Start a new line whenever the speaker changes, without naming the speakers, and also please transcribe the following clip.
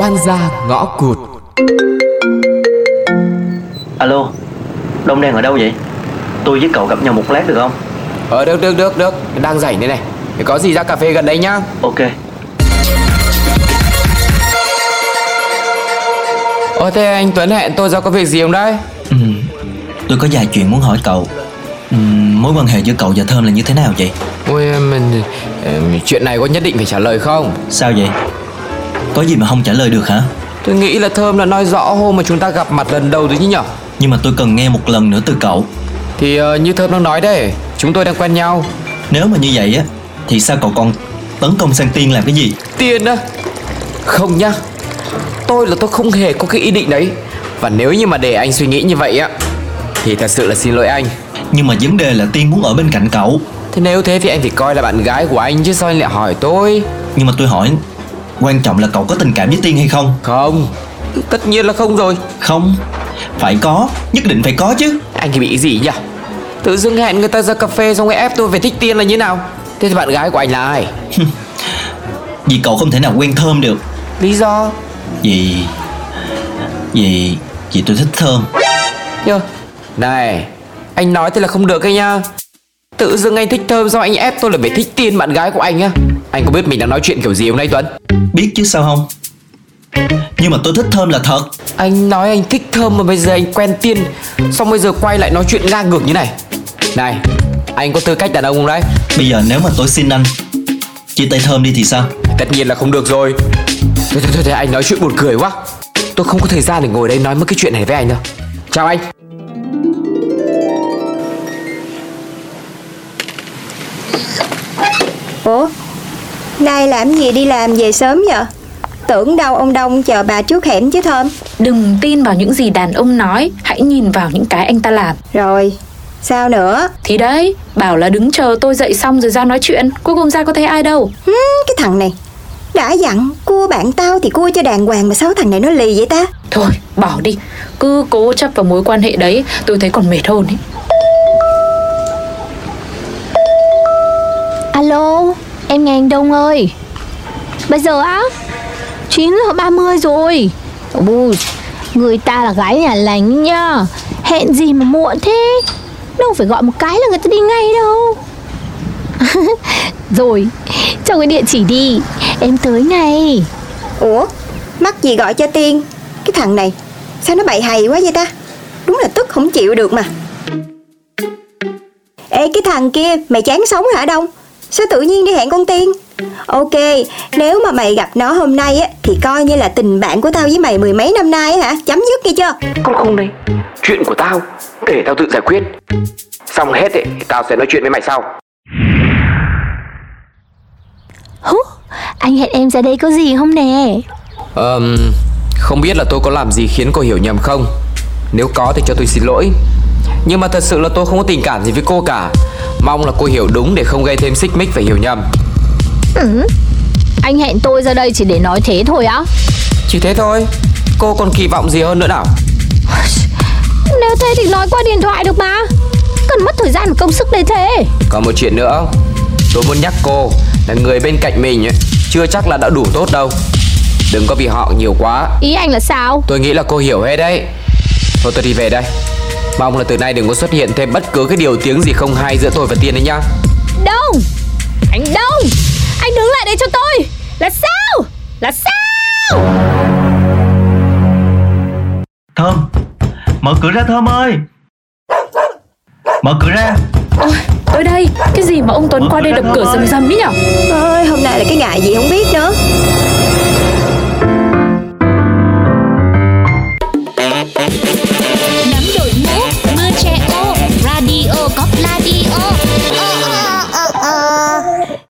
oan gia ngõ cụt
Alo, Đông đang ở đâu vậy? Tôi với cậu gặp nhau một lát được không?
Ờ được được được được Đang rảnh đây này Thì có gì ra cà phê gần đây nhá
Ok,
Ờ thế anh Tuấn hẹn tôi do có việc gì không đấy
Ừm, Ừ, tôi có vài chuyện muốn hỏi cậu Ừm, Mối quan hệ giữa cậu và Thơm là như thế nào vậy?
Ôi mình ừm, Chuyện này có nhất định phải trả lời không
Sao vậy? Có gì mà không trả lời được hả?
Tôi nghĩ là Thơm đã nói rõ hôm mà chúng ta gặp mặt lần đầu rồi chứ nhở
Nhưng mà tôi cần nghe một lần nữa từ cậu
Thì ờ, như Thơm đang nói đấy Chúng tôi đang quen nhau
Nếu mà như vậy á Thì sao cậu còn tấn công sang Tiên làm cái gì?
Tiền á Không nhá Tôi là tôi không hề có cái ý định đấy Và nếu như mà để anh suy nghĩ như vậy á Thì thật sự là xin lỗi anh
Nhưng mà vấn đề là Tiên muốn ở bên cạnh cậu
Thế nếu thế thì anh phải coi là bạn gái của anh chứ sao anh lại hỏi tôi
Nhưng mà tôi hỏi Quan trọng là cậu có tình cảm với Tiên hay không?
Không Tất nhiên là không rồi
Không Phải có Nhất định phải có chứ
Anh thì bị cái gì nhỉ Tự dưng hẹn người ta ra cà phê xong rồi ép tôi phải thích tiên là như nào Thế thì bạn gái của anh là ai
Vì cậu không thể nào quen Thơm được
Lý do
Vì Vì Vì tôi thích Thơm
Nhờ Này Anh nói thế là không được ấy nha Tự dưng anh thích thơm xong anh ép tôi là phải thích tiên bạn gái của anh á Anh có biết mình đang nói chuyện kiểu gì hôm nay Tuấn
Biết chứ sao không Nhưng mà tôi thích Thơm là thật
Anh nói anh thích thơm mà bây giờ anh quen tiên Xong bây giờ quay lại nói chuyện ngang ngược như này Này Anh có tư cách đàn ông không đấy
Bây giờ nếu mà tôi xin anh Chia tay Thơm đi thì sao
Tất nhiên là không được rồi Thôi thôi thôi, thôi anh nói chuyện buồn cười quá Tôi không có thời gian để ngồi đây nói mấy cái chuyện này với anh đâu Chào anh
Ủa Nay làm gì đi làm về sớm vậy Tưởng đâu ông Đông chờ bà trước hẻm chứ Thơm
Đừng tin vào những gì đàn ông nói Hãy nhìn vào những cái anh ta làm
Rồi Sao nữa
Thì đấy, bảo là đứng chờ tôi dậy xong rồi ra nói chuyện Cuối cùng ra có thấy ai đâu
Hứ, Cái thằng này Đã dặn cua bạn tao thì cua cho đàng hoàng Mà sáu thằng này nó lì vậy ta
Thôi, bỏ đi Cứ cố chấp vào mối quan hệ đấy Tôi thấy còn mệt hơn ấy
Alo, em nhà anh Đông ơi Bây giờ á 9 giờ 30 rồi Ôi, người ta là gái nhà lành nha Hẹn gì mà muộn thế Đâu phải gọi một cái là người ta đi ngay đâu Rồi, cho cái địa chỉ đi Em tới ngay
Ủa Mắc gì gọi cho Tiên Cái thằng này Sao nó bậy hay quá vậy ta Đúng là tức không chịu được mà Ê cái thằng kia Mày chán sống hả Đông Sao tự nhiên đi hẹn con Tiên Ok Nếu mà mày gặp nó hôm nay á Thì coi như là tình bạn của tao với mày mười mấy năm nay á hả Chấm dứt nghe chưa
Con không đấy Chuyện của tao Để tao tự giải quyết Xong hết ấy, tao sẽ nói chuyện với mày sau
Hú, Anh hẹn em ra đây có gì không nè
Ờm Không biết là tôi có làm gì khiến cô hiểu nhầm không Nếu có thì cho tôi xin lỗi Nhưng mà thật sự là tôi không có tình cảm gì với cô cả Mong là cô hiểu đúng để không gây thêm xích mích và hiểu nhầm
ừ. Anh hẹn tôi ra đây chỉ để nói thế thôi á
Chỉ thế thôi Cô còn kỳ vọng gì hơn nữa nào
Nếu thế thì nói qua điện thoại được mà Cần mất thời gian và công sức để thế
Còn một chuyện nữa Tôi muốn nhắc cô là người bên cạnh mình ấy, chưa chắc là đã đủ tốt đâu Đừng có vì họ nhiều quá
Ý anh là sao?
Tôi nghĩ là cô hiểu hết đấy Thôi tôi đi về đây Mong là từ nay đừng có xuất hiện thêm bất cứ cái điều tiếng gì không hay giữa tôi và Tiên đấy nhá
Đông Anh Đông Anh đứng lại đây cho tôi Là sao? Là sao?
Thơm Mở cửa ra Thơm ơi Mở cửa ra
Ôi, tôi đây Cái gì mà ông Tuấn qua đây đập cửa rầm rầm ấy nhở
Ôi hôm nay là cái ngày gì không biết nữa